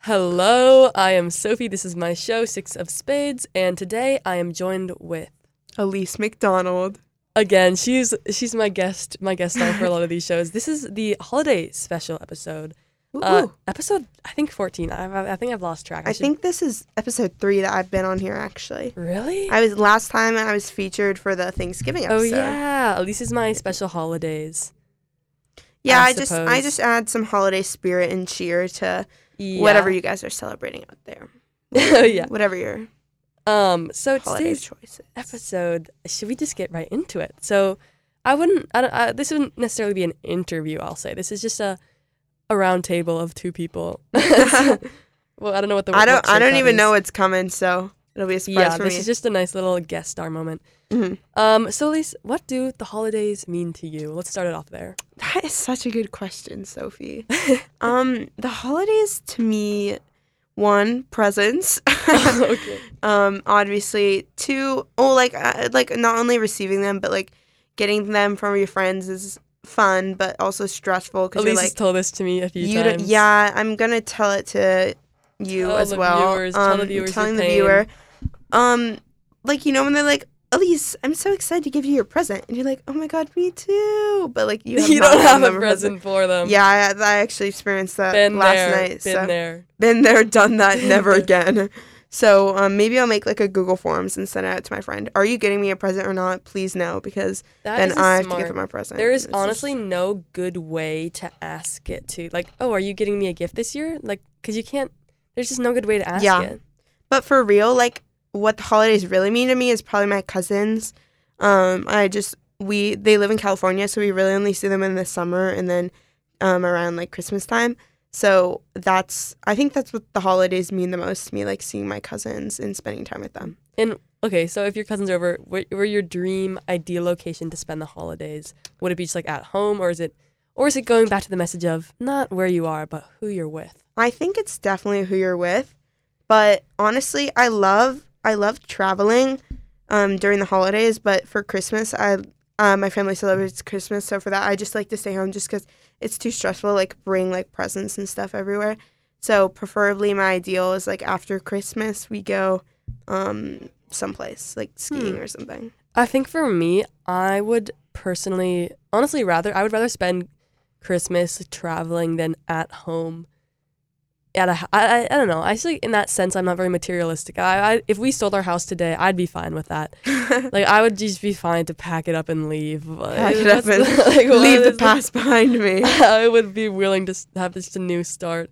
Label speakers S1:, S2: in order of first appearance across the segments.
S1: Hello, I am Sophie. This is my show, Six of Spades, and today I am joined with
S2: Elise McDonald.
S1: again. She's she's my guest, my guest star for a lot of these shows. This is the holiday special episode, uh,
S2: Ooh.
S1: episode I think fourteen. I, I I think I've lost track.
S2: I
S1: should-
S2: think this is episode three that I've been on here actually.
S1: really.
S2: I was last time I was featured for the Thanksgiving
S1: oh
S2: episode.
S1: yeah, Elise is my special holidays.
S2: Yeah,
S1: I
S2: I, just I
S1: suppose.
S2: just add some holiday spirit and cheer to
S1: Yeah.
S2: whatever you guys are celebrating out there.
S1: Oh, yeah.
S2: Whatever your
S1: Um. So
S2: holiday
S1: today's
S2: choices.
S1: episode, should we just get right into it? So, I wouldn't. I don't. I, this wouldn't necessarily be an interview. I'll say this is just a a round table of two people. well, I don't know what the
S2: I don't
S1: what shape
S2: I don't
S1: that is.
S2: even know what's coming, so it'll be a surprise
S1: Yeah,
S2: for
S1: this
S2: me.
S1: is just a nice little guest star moment.
S2: Mhm.
S1: Um, so, Elise, what do the holidays mean to you? Let's start it off there.
S2: That is such a good question, Sophie. um, the holidays to me, one presents.
S1: okay.
S2: um obviously two oh like uh, like not only receiving them but like getting them from your friends is fun but also stressful because you're
S1: Elise has
S2: like
S1: told this to me a few
S2: you don't-
S1: times.
S2: yeah i'm gonna tell it to you
S1: Tell
S2: as
S1: the
S2: well
S1: viewers, tell the
S2: I'm
S1: viewers your
S2: telling the
S1: pain.
S2: viewer um like you know when they're like elise i'm so excited to give you your present and you're like oh my god me too but like you,
S1: You,
S2: have not
S1: don't
S2: given
S1: have
S2: them
S1: a present for them.
S2: yeah I, I actually experienced that
S1: Been
S2: last
S1: there.
S2: night
S1: Been
S2: so
S1: there.
S2: been there, done that, never again. So um, maybe I'll make like a Google Forms and send it out to my friend. Are you getting me a present or not? Please no, because
S1: That
S2: then
S1: is a
S2: I have
S1: smart.
S2: to give him a present.
S1: There is
S2: It's just-
S1: honestly no good way to ask it to like, oh, are you getting me a gift this year? Like, because you can't. There's just no good way to ask
S2: Yeah.
S1: it.
S2: but for real, like what the holidays really mean to me is probably my cousins. Um, I just we they live in California, so we really only see them in the summer and then um, around like Christmas time. So that's I think that's what the holidays mean the most to me, like seeing my cousins and spending time with them.
S1: And okay, so if your cousin's are over, what were your dream ideal location to spend the holidays? Would it be just like at home, or is it, or is it going back to the message of not where you are, but who you're with?
S2: I think it's definitely who you're with, but honestly, I love I love traveling um, during the holidays. But for Christmas, I uh, my family celebrates Christmas, so for that, I just like to stay home just because it's too stressful. Like bring like presents and stuff everywhere. So preferably, my ideal is like after Christmas we go um, someplace like skiing or something.
S1: I think for me, I would personally, honestly, rather I would rather spend Christmas traveling than at home. At a, h- I, I, I don't know. I feel like in that sense, I'm not very materialistic. I, I if we sold our house today, I'd be fine with that. like I would just be fine to pack it up and leave.
S2: Pack it up and
S1: what
S2: leave the
S1: is-
S2: past behind me.
S1: I would be willing to s- have just a new start,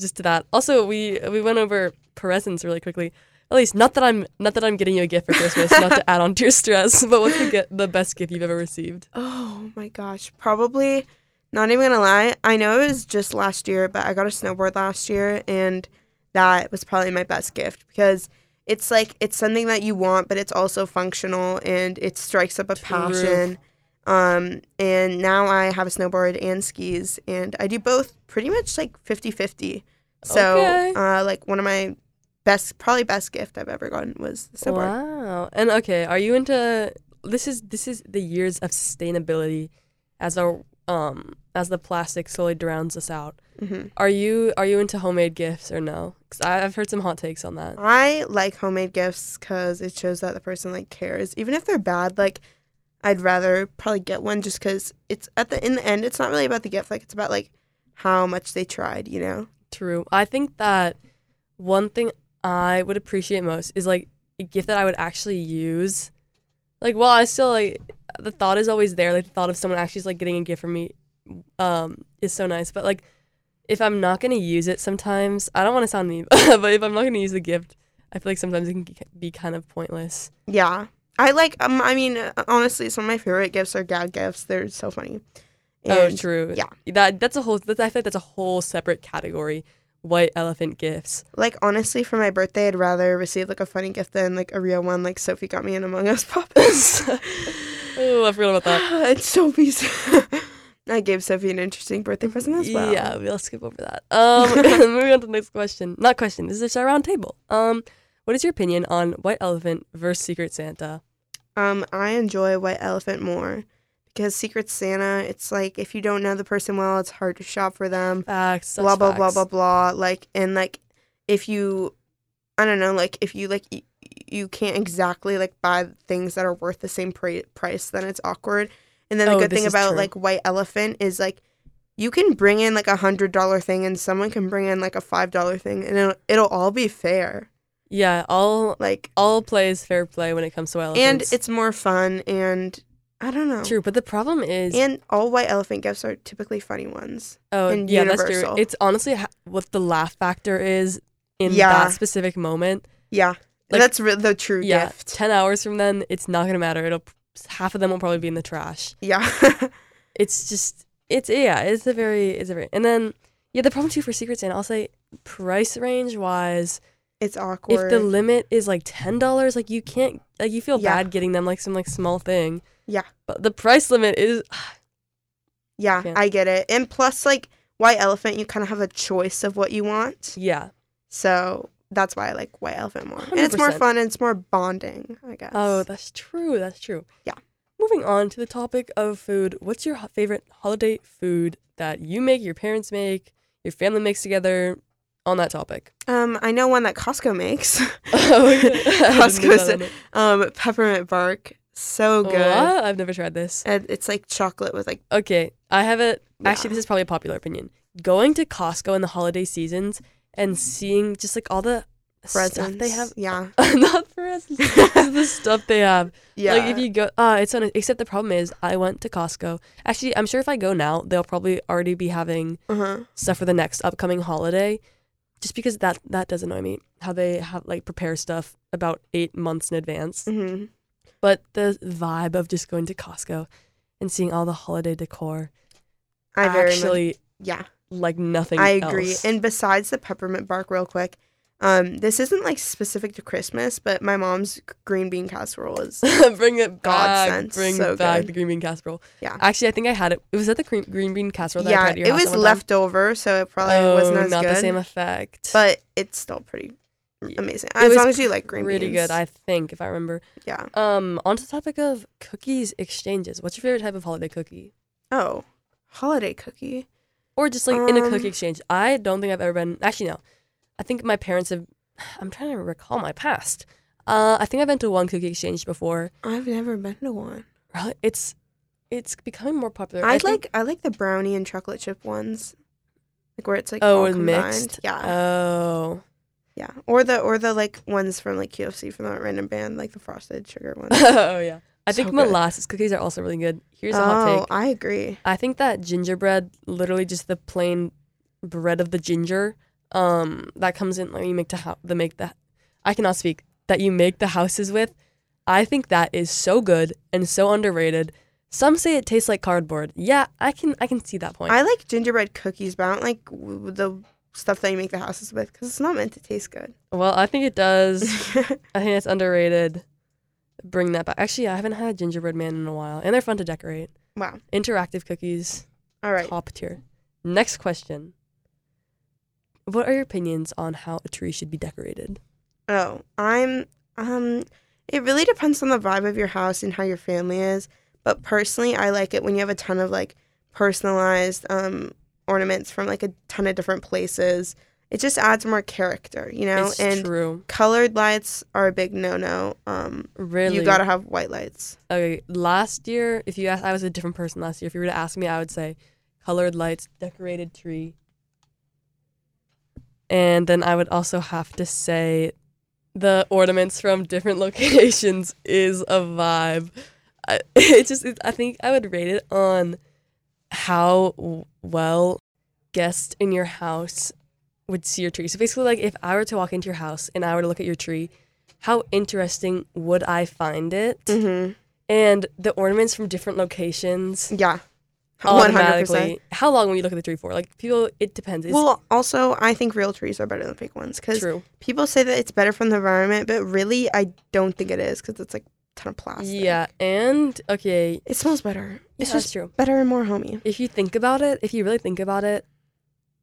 S1: just to that. Also, we we went over presents really quickly. At least, not that I'm not that I'm getting you a gift for Christmas, not to add on to your stress. But what's the, get, the best gift you've ever received?
S2: Oh my gosh. Probably not even gonna lie. I know it was just last year, but I got a snowboard last year and that was probably my best gift because it's like it's something that you want, but it's also functional and it strikes up a passion. Um, and now I have a snowboard and skis and I do both pretty much like 50 50. So,
S1: Okay.
S2: uh, like one of my best, probably best gift I've ever gotten was the snowboard.
S1: Wow. And okay, are you into this? Is this is the years of sustainability as our um as the plastic slowly drowns us out?
S2: hmm
S1: Are you are you into homemade gifts or no? Because I've heard some hot takes on that.
S2: I like homemade gifts because it shows that the person like cares, even if they're bad. Like, I'd rather probably get one just because it's at the in the end, it's not really about the gift. Like, it's about like how much they tried. You know?
S1: True. I think that one thing I would appreciate most is like a gift that I would actually use. Like, while I still like the thought is always there. Like the thought of someone actually like getting a gift from me, um, is so nice. But like, if I'm not gonna use it, sometimes I don't want to sound mean, but if I'm not gonna use the gift, I feel like sometimes it can be kind of pointless.
S2: Yeah. I like. Um. I mean, uh, honestly, some of my favorite gifts are gag gifts. They're so funny.
S1: oh,
S2: And
S1: true.
S2: yeah.
S1: That that's a whole. That's, I feel like that's a whole separate category. White elephant gifts.
S2: Like honestly, for my birthday, I'd rather receive like a funny gift than like a real one. Like Sophie got me an Among Us puppets.
S1: Oh, I forgot about that.
S2: it's Sophie's. I gave Sophie an interesting birthday present as well.
S1: Yeah, we'll skip over that. Um, moving on to the next question. Not question. This is our round table. Um, what is your opinion on White Elephant versus Secret Santa?
S2: Um, I enjoy White Elephant more because Secret Santa, it's like if you don't know the person well, it's hard to shop for them.
S1: Facts. such
S2: blah blah blah
S1: facts.
S2: blah blah. Like and like if you, I don't know, like if you like y- you can't exactly like buy things that are worth the same pra- price, then it's awkward. And then the
S1: Oh,
S2: good
S1: this
S2: thing
S1: is
S2: about
S1: true.
S2: like White Elephant is like you can bring in like a hundred dollar thing, and someone can bring in like a five dollar thing, and it'll, it'll all be fair.
S1: Yeah, all
S2: Like
S1: all play is fair play when it comes to
S2: and
S1: elephants.
S2: it's more fun, and I don't know.
S1: true, but the problem is,
S2: And all white elephant gifts are typically funny ones.
S1: oh
S2: and
S1: yeah, that's true.
S2: universal.
S1: It's honestly ha- what the laugh factor is in
S2: Yeah.
S1: that specific moment.
S2: Yeah,
S1: Like-
S2: that's re- the true
S1: Yeah,
S2: gift.
S1: ten hours from then, it's not gonna matter. It'll half of them will probably be in the trash.
S2: Yeah,
S1: It's just it's yeah, it's a very it's a very and then yeah, the problem too for Secret Santa, I'll say price range wise,
S2: it's awkward.
S1: if the limit is like ten dollars, like you can't like you feel
S2: Yeah.
S1: bad getting them like some like small thing.
S2: Yeah.
S1: But the price limit is
S2: yeah,
S1: Yeah.
S2: I get it. And plus, like white elephant, you kind of have a choice of what you want.
S1: yeah.
S2: So that's why I like white elephant more. And it's more
S1: 100%.
S2: fun and it's more bonding, I guess.
S1: Oh, that's true. That's true.
S2: Yeah.
S1: Moving on to the topic of food, what's your ho- favorite holiday food that you make, your parents make, your family makes together on that topic?
S2: um, I know one that Costco makes.
S1: Oh, okay. I didn't
S2: Costco
S1: know that
S2: said-
S1: one.
S2: um, peppermint bark, so good.
S1: What? I've never tried this.
S2: And it's like chocolate with like
S1: Okay, I have a actually
S2: Yeah.
S1: this is probably a popular opinion. Going to Costco in the holiday seasons and seeing just like all the
S2: presents.
S1: stuff they have.
S2: Yeah,
S1: Not presents. just the stuff they have.
S2: yeah.
S1: Like if you go, uh, it's on. Except the problem is, I went to Costco. Actually, I'm sure if I go now, they'll probably already be having
S2: uh-huh.
S1: stuff for the next upcoming holiday. Just because that that does annoy me, how they have like prepare stuff about eight months in advance.
S2: hmm
S1: But the vibe of just going to Costco and seeing all the holiday decor,
S2: I very much,
S1: actually
S2: yeah.
S1: like nothing.
S2: I agree.
S1: else.
S2: And besides the peppermint bark, real quick, um, this isn't like specific to Christmas, but my mom's green bean casserole is.
S1: bring it back.
S2: Godsend.
S1: Bring
S2: So
S1: back
S2: good.
S1: the green bean casserole.
S2: Yeah.
S1: Actually, I think I had it. It was that the cream, green bean casserole that I
S2: yeah,
S1: tried at your
S2: it
S1: house
S2: was
S1: that one time?
S2: leftover, so it probably
S1: oh,
S2: wasn't as
S1: not
S2: good.
S1: the same effect.
S2: but it's still pretty
S1: Yeah.
S2: amazing.
S1: was
S2: As long as you like green
S1: pretty
S2: beans.
S1: good, I think, if I remember.
S2: yeah.
S1: Um, on to the topic of cookies exchanges. What's your favorite type of holiday cookie,
S2: Oh, holiday cookie.
S1: or just like in a
S2: Um,
S1: cookie exchange? I don't think I've ever been. Actually, no. I think my parents have. I'm trying to recall my past. Uh, I think I've been to one cookie exchange before.
S2: I've never been to one.
S1: Really, it's it's becoming more popular.
S2: I,
S1: I
S2: like
S1: think-
S2: I like the brownie and chocolate chip ones, like where it's like
S1: Oh,
S2: all
S1: and
S2: combined.
S1: mixed?
S2: Yeah,
S1: Oh.
S2: yeah. Or the or the like ones from like QFC from that random band, like the frosted sugar ones.
S1: oh yeah. I think
S2: So good.
S1: molasses cookies are also really good. Here's a hot
S2: oh,
S1: take.
S2: I agree.
S1: I think that gingerbread, literally just the plain bread of the ginger, um, that comes in like you make the ho- the make the I cannot speak that you make the houses with. I think that is so good and so underrated. Some say it tastes like cardboard. Yeah, I can I can see that point.
S2: I like gingerbread cookies, but I don't like w- the stuff that you make the houses with because it's not meant to taste good.
S1: well, I think it does. I think it's underrated. Bring that back. Actually, I haven't had a gingerbread man in a while, and they're fun to decorate.
S2: wow.
S1: Interactive cookies.
S2: All right.
S1: top tier. Next question. What are your opinions on how a tree should be decorated?
S2: Oh, I'm um it really depends on the vibe of your house and how your family is, but personally I like it when you have a ton of like personalized um ornaments from like a ton of different places. It just adds more character, you know?
S1: it's
S2: and
S1: true.
S2: colored lights are a big no-no. Um
S1: Really.
S2: you got to have white lights.
S1: okay. Last year, if you asked, I was a different person last year. If you were to ask me, I would say colored lights, decorated tree. And then I would also have to say the ornaments from different locations is a vibe. I, it just, it, I think I would rate it on how w- well guests in your house would see your tree. So basically, like if I were to walk into your house and I were to look at your tree, how interesting would I find it?
S2: Mhm.
S1: and the ornaments from different locations
S2: Yeah. 100%.
S1: automatically. How long will you look at the tree for? Like people, it depends. It's
S2: Well, also, I think real trees are better than fake ones because
S1: true.
S2: people say that it's better for the environment, but really, I don't think it is because it's like a ton of plastic.
S1: Yeah, and okay,
S2: It smells better.
S1: yeah,
S2: It's
S1: that's
S2: just
S1: true.
S2: better and more homey.
S1: If you think about it, if you really think about it,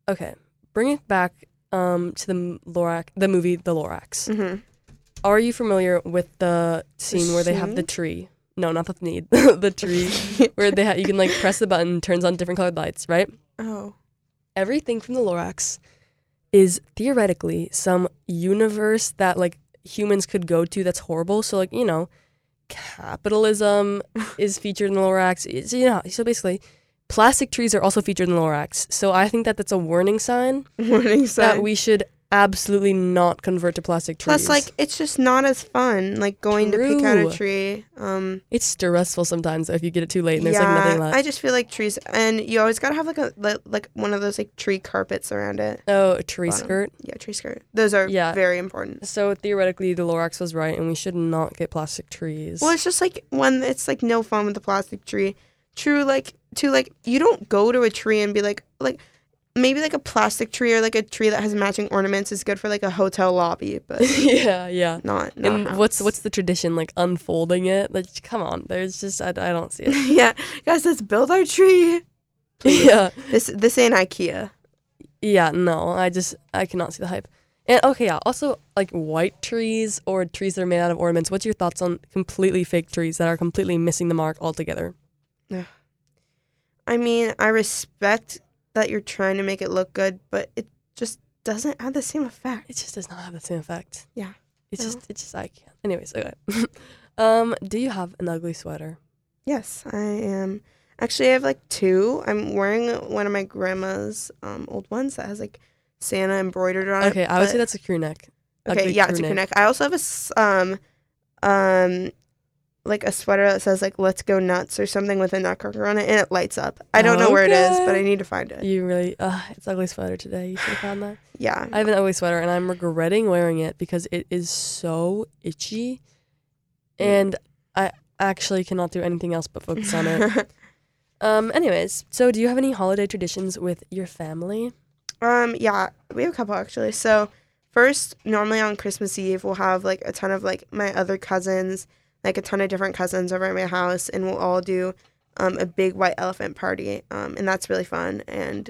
S1: okay, bring it back um to the m- Lorax, the movie The Lorax.
S2: Mm-hmm.
S1: Are you familiar with the scene where they have the tree? no, not the need, the tree where they ha- you can like press the button, turns on different colored lights, right?
S2: oh.
S1: everything from the Lorax is theoretically some universe that like humans could go to that's horrible. So like, you know, capitalism is featured in the Lorax. It's, you know, so basically plastic trees are also featured in the Lorax. So I think that that's a warning sign
S2: Warning sign.
S1: that we should absolutely not convert to plastic trees.
S2: Plus, like, it's just not as fun, like going to pick out
S1: True.
S2: a tree. Um,
S1: it's stressful sometimes if you get it too late and there's like
S2: yeah,
S1: nothing left.
S2: I just feel like trees, and you always gotta have like a li- like one of those like tree carpets around it.
S1: oh, a tree
S2: Bottom.
S1: skirt.
S2: Yeah, tree skirt. Those are
S1: Yeah.
S2: very important.
S1: So theoretically the Lorax was right and we should not get plastic trees.
S2: Well, it's just like when it's like no fun with the plastic tree. True, like to like you don't go to a tree and be like like maybe like a plastic tree or like a tree that has matching ornaments is good for like a hotel lobby, but
S1: yeah, yeah.
S2: not. not
S1: And
S2: house.
S1: what's what's the tradition like unfolding it? Like, come on, there's just I, I don't see it.
S2: yeah, guys, let's build our tree. Please.
S1: yeah,
S2: This this ain't IKEA.
S1: yeah, no, I just I cannot see the hype. And okay, yeah, also like white trees or trees that are made out of ornaments. What's your thoughts on completely fake trees that are completely missing the mark altogether?
S2: I mean, I respect that you're trying to make it look good, but it just doesn't have the same effect.
S1: It just does not have the same effect.
S2: Yeah.
S1: it's
S2: No.
S1: just it's just I can't. Anyways, okay. um, do you have an ugly sweater?
S2: Yes, I am. Actually, I have like two. I'm wearing one of my grandma's um, old ones that has like Santa embroidered on it.
S1: Okay, I would
S2: Uh, but-
S1: say that's a crew neck.
S2: okay.
S1: ugly
S2: Yeah,
S1: crew
S2: it's a crew
S1: neck.
S2: neck. I also have a s- um, um, like a sweater that says like "Let's go nuts" or something with a nutcracker on it, and it lights up. I don't know where it is, but
S1: Okay.
S2: I need to find it.
S1: You really, uh, it's ugly sweater today. You should have found that.
S2: Yeah.
S1: I have an ugly sweater and I'm regretting wearing it because it is so itchy and I actually cannot do anything else but focus on it. Um anyways, so do you have any holiday traditions with your family?
S2: Um, yeah, we have a couple actually. So, first, normally on Christmas Eve, we'll have like a ton of like my other cousins, like a ton of different cousins over at my house, and we'll all do um, a big white elephant party. Um, and that's really fun. And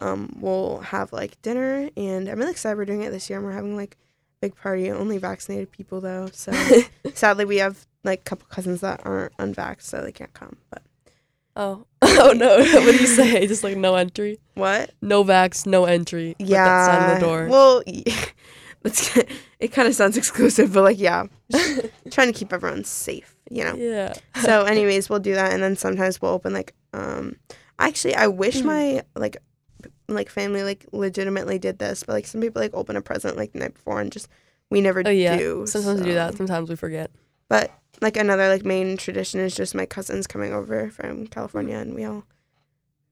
S2: um, we'll have like dinner, and I'm really excited we're doing it this year. And we're having like a big party, only vaccinated people though. So, sadly, we have like a couple cousins that aren't unvaxxed, so they can't come. But
S1: Oh. Oh no. what do you say? Just like no entry.
S2: what?
S1: No vax, no entry. Put
S2: yeah.
S1: that sign on the door.
S2: Well, let's get, it kind of sounds exclusive, but like, yeah, trying to keep everyone safe, you know.
S1: yeah.
S2: So, anyways, we'll do that, and then sometimes we'll open like, um, actually, I wish
S1: Hmm.
S2: my like, p- like family like legitimately did this, but like some people like open a present like the night before and just we never
S1: Oh yeah.
S2: do.
S1: Sometimes we do
S2: so-
S1: that. Sometimes we forget.
S2: But like another like main tradition is just my cousins coming over from California, and we all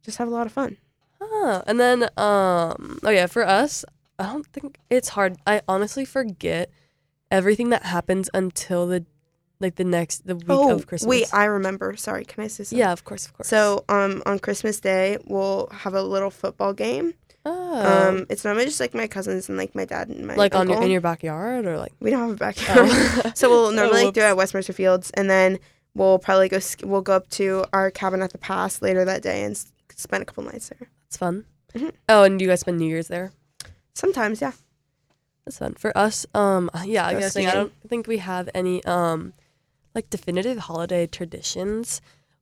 S2: just have a lot of fun.
S1: Huh. And then, um, oh yeah, for us, I don't think it's hard. I honestly forget everything that happens until the, like the next the week of Christmas.
S2: Oh, wait, I remember. Sorry, can I say something?
S1: yeah, of course, of course.
S2: So um, on Christmas Day, we'll have a little football game.
S1: oh,
S2: Um, it's normally just like my cousins and like my dad and my
S1: like on your,
S2: uncle.
S1: in your backyard or like.
S2: we don't have a backyard,
S1: Oh.
S2: so we'll normally like, do it
S1: whoops.
S2: at West Mercer Fields, and then we'll probably go. Sk- we'll go up to our cabin at the pass later that day and s- spend a couple nights there.
S1: It's fun.
S2: Mhm.
S1: Oh, and you guys spend New Year's there.
S2: Sometimes, yeah.
S1: That's fun for us. Um, yeah, I
S2: Go
S1: guess saying I
S2: skiing.
S1: don't think we have any um, like definitive holiday traditions.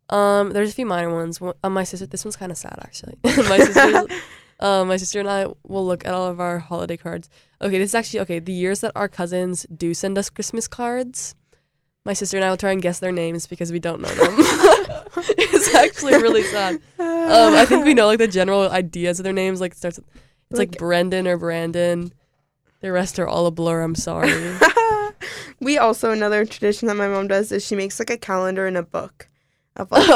S1: Um, there's a few minor ones. One- Uh, my sister, this one's kind of sad actually. my sister, uh, my sister and I will look at all of our holiday cards. Okay, this is actually okay. The years that our cousins do send us Christmas cards, my sister and I will try and guess their names because we don't know them. it's actually really sad. Um, I think we know like the general ideas of their names. Like it starts, with, it's like,
S2: Like-
S1: Brendan or Brandon. The rest are all a blur. I'm sorry.
S2: we also another tradition that my mom does is she makes like a calendar and a book of all the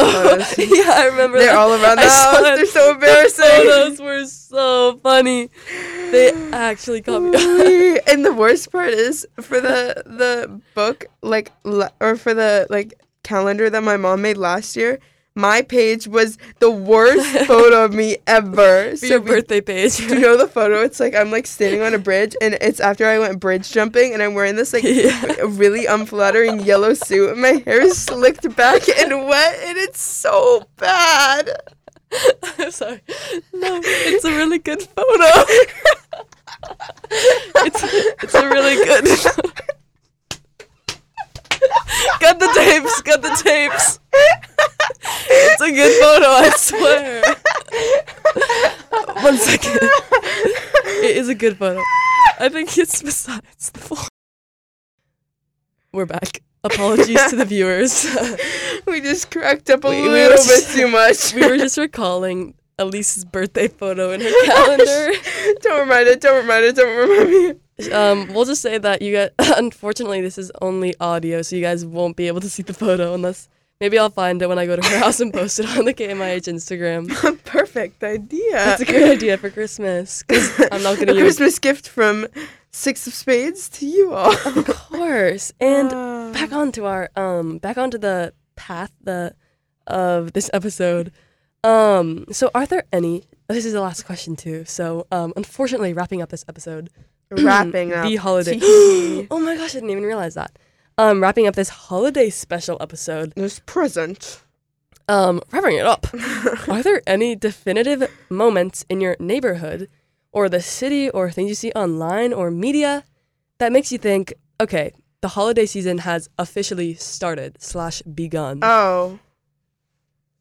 S2: photos.
S1: yeah, I remember.
S2: They're
S1: that.
S2: all around the
S1: I saw
S2: house.
S1: it.
S2: They're so embarrassing.
S1: Those were so funny. They actually caught me.
S2: Really? and the worst part is for the the book like la- or for the like calendar that my mom made last year my page was the worst photo of me ever
S1: For your
S2: so we-
S1: birthday page.
S2: do you know the photo it's like i'm like standing on a bridge and it's after i went bridge jumping and i'm wearing this like
S1: Yeah.
S2: really unflattering yellow suit and my hair is slicked back and wet and it's so bad
S1: I'm sorry. No, it's a really good photo. it's, it's a really good. cut the tapes. Cut the good photo. I think it's besides the floor. We're back. Apologies to the viewers.
S2: we just cracked up a
S1: We- we
S2: little
S1: were just-
S2: bit too much.
S1: we were just recalling Elise's birthday photo in her calendar.
S2: don't remind it. Don't remind it. Don't remind me.
S1: um, we'll just say that you guys. Unfortunately, this is only audio, so you guys won't be able to see the photo unless maybe I'll find it when I go to her house and post it on the KMIH
S2: Uh,
S1: Instagram.
S2: Perfect idea.
S1: That's a good idea for Christmas. 'cause I'm not
S2: a
S1: gonna use.
S2: Christmas gift from Six of Spades to you all.
S1: Of course, and
S2: Uh,
S1: back onto our um back onto the path the of this episode um so are there any this is the last question too so um unfortunately wrapping up this episode
S2: wrapping up
S1: the holiday
S2: Tee.
S1: oh my gosh i didn't even realize that um wrapping up this holiday special episode
S2: this present.
S1: um wrapping it up are there any definitive moments in your neighborhood or the city or things you see online or media that makes you think, okay, the holiday season has officially started slash begun?
S2: Oh.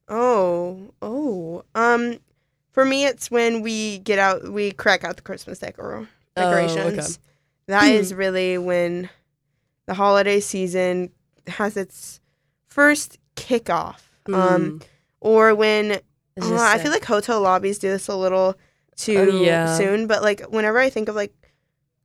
S2: Oh. Oh. Um for me it's when we get out we crack out the Christmas decor
S1: Oh, okay. Hmm.
S2: decorations. That is really when the holiday season has its first kickoff. Um
S1: Mm.
S2: or when
S1: It's
S2: uh,
S1: just
S2: I feel like hotel lobbies do this a little too
S1: Oh, yeah.
S2: soon, but like whenever I think of like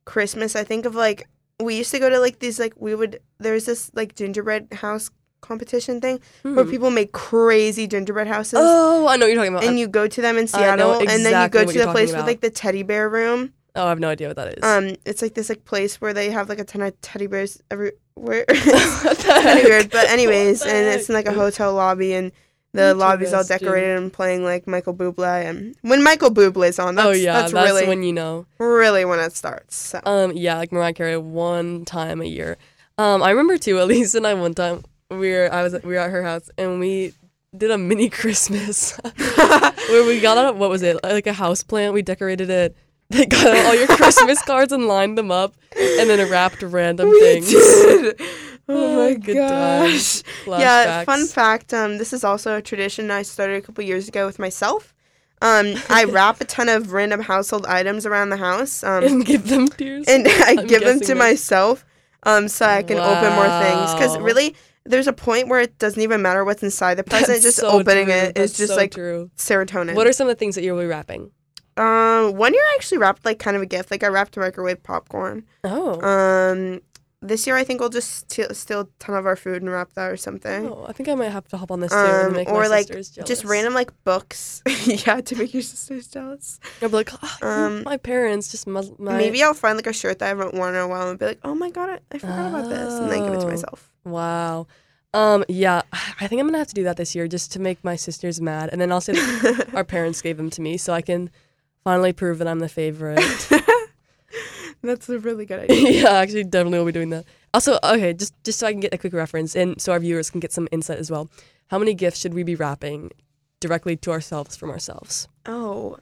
S2: Christmas, I think of like we used to go to like these like we would there's this like gingerbread house competition thing where
S1: hmm.
S2: people make crazy gingerbread houses.
S1: Oh, I know what you're talking about.
S2: And you go to them in
S1: I know
S2: Seattle, and then you
S1: exactly
S2: go
S1: what
S2: to
S1: you're
S2: the
S1: talking
S2: place
S1: about.
S2: with like the teddy bear room.
S1: oh, I have no idea what that is.
S2: Um, it's like this like place where they have like a ton of teddy bears everywhere.
S1: What the
S2: kind
S1: heck?
S2: of weird, but
S1: What
S2: anyways,
S1: the
S2: and it's in like a hotel lobby, and the lobby's all
S1: Interesting.
S2: decorated and playing like Michael Bublé. And when Michael Bublé's on, that's,
S1: oh yeah,
S2: that's, really
S1: when you know.
S2: really when it starts. So.
S1: Um, yeah, like Mariah Carey one time a year. Um, I remember too. Elise and I one time we were I was we were at her house and we did a mini Christmas where we got out what was it like a house plant. We decorated it. They got out all your Christmas cards and lined them up, and then wrapped random
S2: We
S1: things.
S2: did. Oh my
S1: Good
S2: gosh.
S1: times.
S2: Yeah, fun
S1: Flashbacks.
S2: fact. Um, this is also a tradition I started a couple years ago with myself. Um, I wrap a ton of random household items around the house. Um,
S1: And give them tears.
S2: and I
S1: I'm
S2: give them to
S1: guessing that-
S2: myself. Um, so I can open more things because
S1: Wow.
S2: really, there's a point where it doesn't even matter what's inside the present.
S1: That's
S2: just
S1: so
S2: opening
S1: true.
S2: it is
S1: That's
S2: just
S1: so
S2: like
S1: true.
S2: serotonin.
S1: What are some of the things that you'll be wrapping?
S2: um, one year I actually wrapped like kind of a gift. Like I wrapped microwave popcorn.
S1: Oh,
S2: Um, this year I think we'll just steal, steal a ton of our food and wrap that or something.
S1: oh, I think I might have to hop on this too
S2: Um,
S1: and make
S2: or,
S1: my
S2: like,
S1: sisters jealous.
S2: Just random like books. yeah, to make your sisters jealous.
S1: I'll be like, "Ah, you-
S2: Um,
S1: my parents just my, my
S2: Maybe I'll find like a shirt that I haven't worn in a while and be like, oh my god, I, I forgot about this, and then give it to
S1: Oh.
S2: myself.
S1: Wow. Um, yeah, I think I'm gonna have to do that this year just to make my sisters mad, and then I'll say that our parents gave them to me so I can finally prove that I'm the favorite.
S2: That's a really good idea.
S1: yeah, actually, definitely will be doing that. Also, okay, just just so I can get a quick reference, and so our viewers can get some insight as well. How many gifts should we be wrapping directly to ourselves from ourselves?
S2: Oh,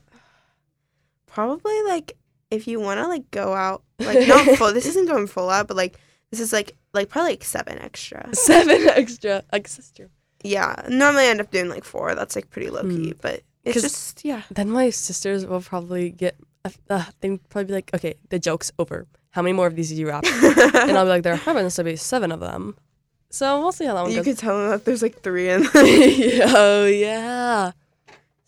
S2: probably like if you want to like go out, like not full. this isn't going full out, but like this is like like probably like seven extra.
S1: Seven extra, like sister.
S2: Yeah, normally I end up doing like four. That's like pretty low key, but it's
S1: Hmm. 'Cause-
S2: just yeah.
S1: Then my sisters will probably get. Uh, they probably be like, okay, the joke's over. How many more of these did you wrap? and I'll be like, there happens to be seven of them. So we'll see how that one
S2: you
S1: goes.
S2: could tell them that there's like three in.
S1: oh yeah.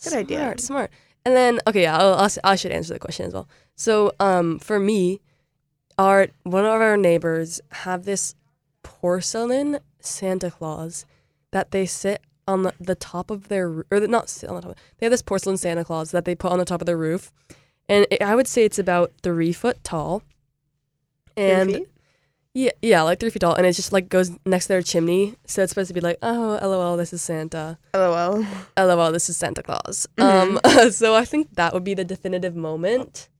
S2: Good idea.
S1: Smart, Smart. And then okay, yeah, I'll, I'll, si should answer the question as well. So um, for me, our one of our neighbors have this porcelain Santa Claus that they sit on the, the top of their roo- or not sit on the top. They have this porcelain Santa Claus that they put on the top of their roof, and it, I would say it's about three foot tall. And
S2: feet?
S1: yeah, yeah, like three feet tall, and it just like goes next to their chimney. So it's supposed to be like, oh, lol, this is Santa.
S2: LOL.
S1: LOL, this is Santa Claus.
S2: Mm-hmm.
S1: Um, so I think that would be the definitive moment.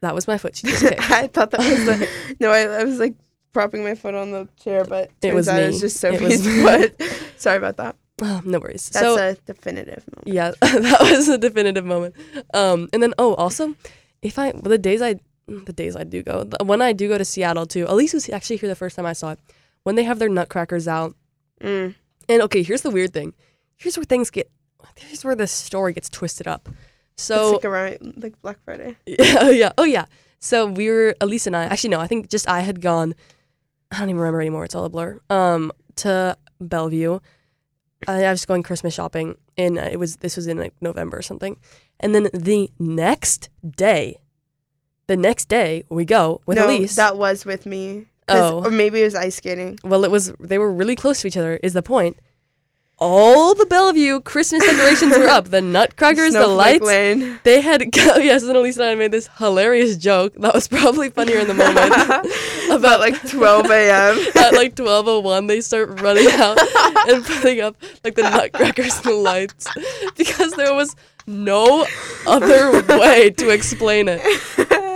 S1: That was my foot. She just kicked.
S2: I thought that was the no. I, I was like propping my foot on the chair, but
S1: It
S2: turns
S1: was
S2: out it
S1: me.
S2: was just
S1: It was
S2: Sophie's
S1: me.
S2: foot. Sorry about that.
S1: Oh, no worries.
S2: That's
S1: so
S2: a definitive moment.
S1: yeah, that was the definitive moment. Um, and then oh, also, if I well, the days I the days I do go the, when I do go to Seattle too. Elise was actually here the first time I saw it when they have their nutcrackers out.
S2: Mm.
S1: And okay, here's the weird thing. Here's where things get. Here's where the story gets twisted up. So
S2: it's like around like Black Friday.
S1: Yeah, oh yeah, oh yeah. So we were Elise and I. Actually, no, I think just I had gone. I don't even remember anymore. It's all a blur. Um, to Bellevue. I, I was going Christmas shopping, and it was this was in like November or something. And then the next day, the next day we go with
S2: no,
S1: Elise.
S2: that was with me. 'Cause-
S1: Oh.
S2: or maybe it was ice skating.
S1: well, it was they were really close to each other. Is the point? All the Bellevue Christmas decorations were up. The nutcrackers, the
S2: Snowflake
S1: lights,
S2: Lane.
S1: They had oh, yes, and Elise and I made this hilarious joke that was probably funnier in the moment.
S2: about like 12 a.m.
S1: At like twelve oh one, they start running out and putting up like the nutcrackers and the lights because there was no other way to explain it.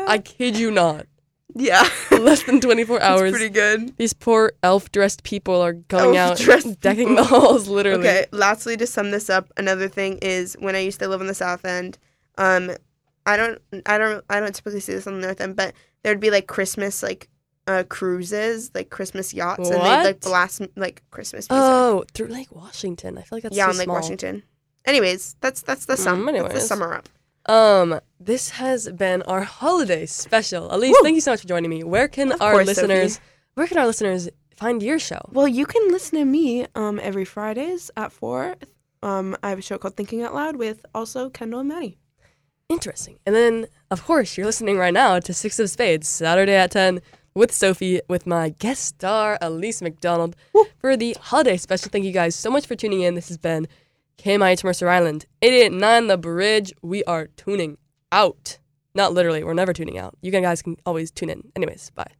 S1: I kid you not.
S2: yeah,
S1: Less than twenty four hours,
S2: it's pretty good.
S1: these poor elf dressed people are going out,
S2: Elf-dressed
S1: decking the halls, literally.
S2: Okay, lastly, to sum this up, another thing is when I used to live in the South End, um, I don't, I don't, I don't typically see this on the North End, but there'd be like Christmas like uh, cruises, like Christmas yachts, and they'd like
S1: What?
S2: blast like Christmas music.
S1: Oh, through Lake Washington. I feel like that's
S2: yeah,
S1: too
S2: on Lake
S1: small.
S2: Washington. Anyways, that's that's the sum.
S1: Mm,
S2: that's
S1: anyways.
S2: the summer up.
S1: Um, this has been our holiday special. Elise,
S2: Woo!
S1: thank you so much for joining me. Where can
S2: Of
S1: our
S2: course,
S1: listeners
S2: Sophie.
S1: where can our listeners find your show?
S2: Well, you can listen to me um, every Fridays at four. Um, I have a show called Thinking Out Loud with also Kendall and Maddie.
S1: Interesting. And then of course you're listening right now to Six of Spades, Saturday at ten with Sophie, with my guest star Elise McDonald
S2: Woo!
S1: for the holiday special. Thank you guys so much for tuning in. This has been KMIH Mercer Island, 889 The Bridge. We are tuning out. Not literally, we're never tuning out. You guys can always tune in. Anyways, bye.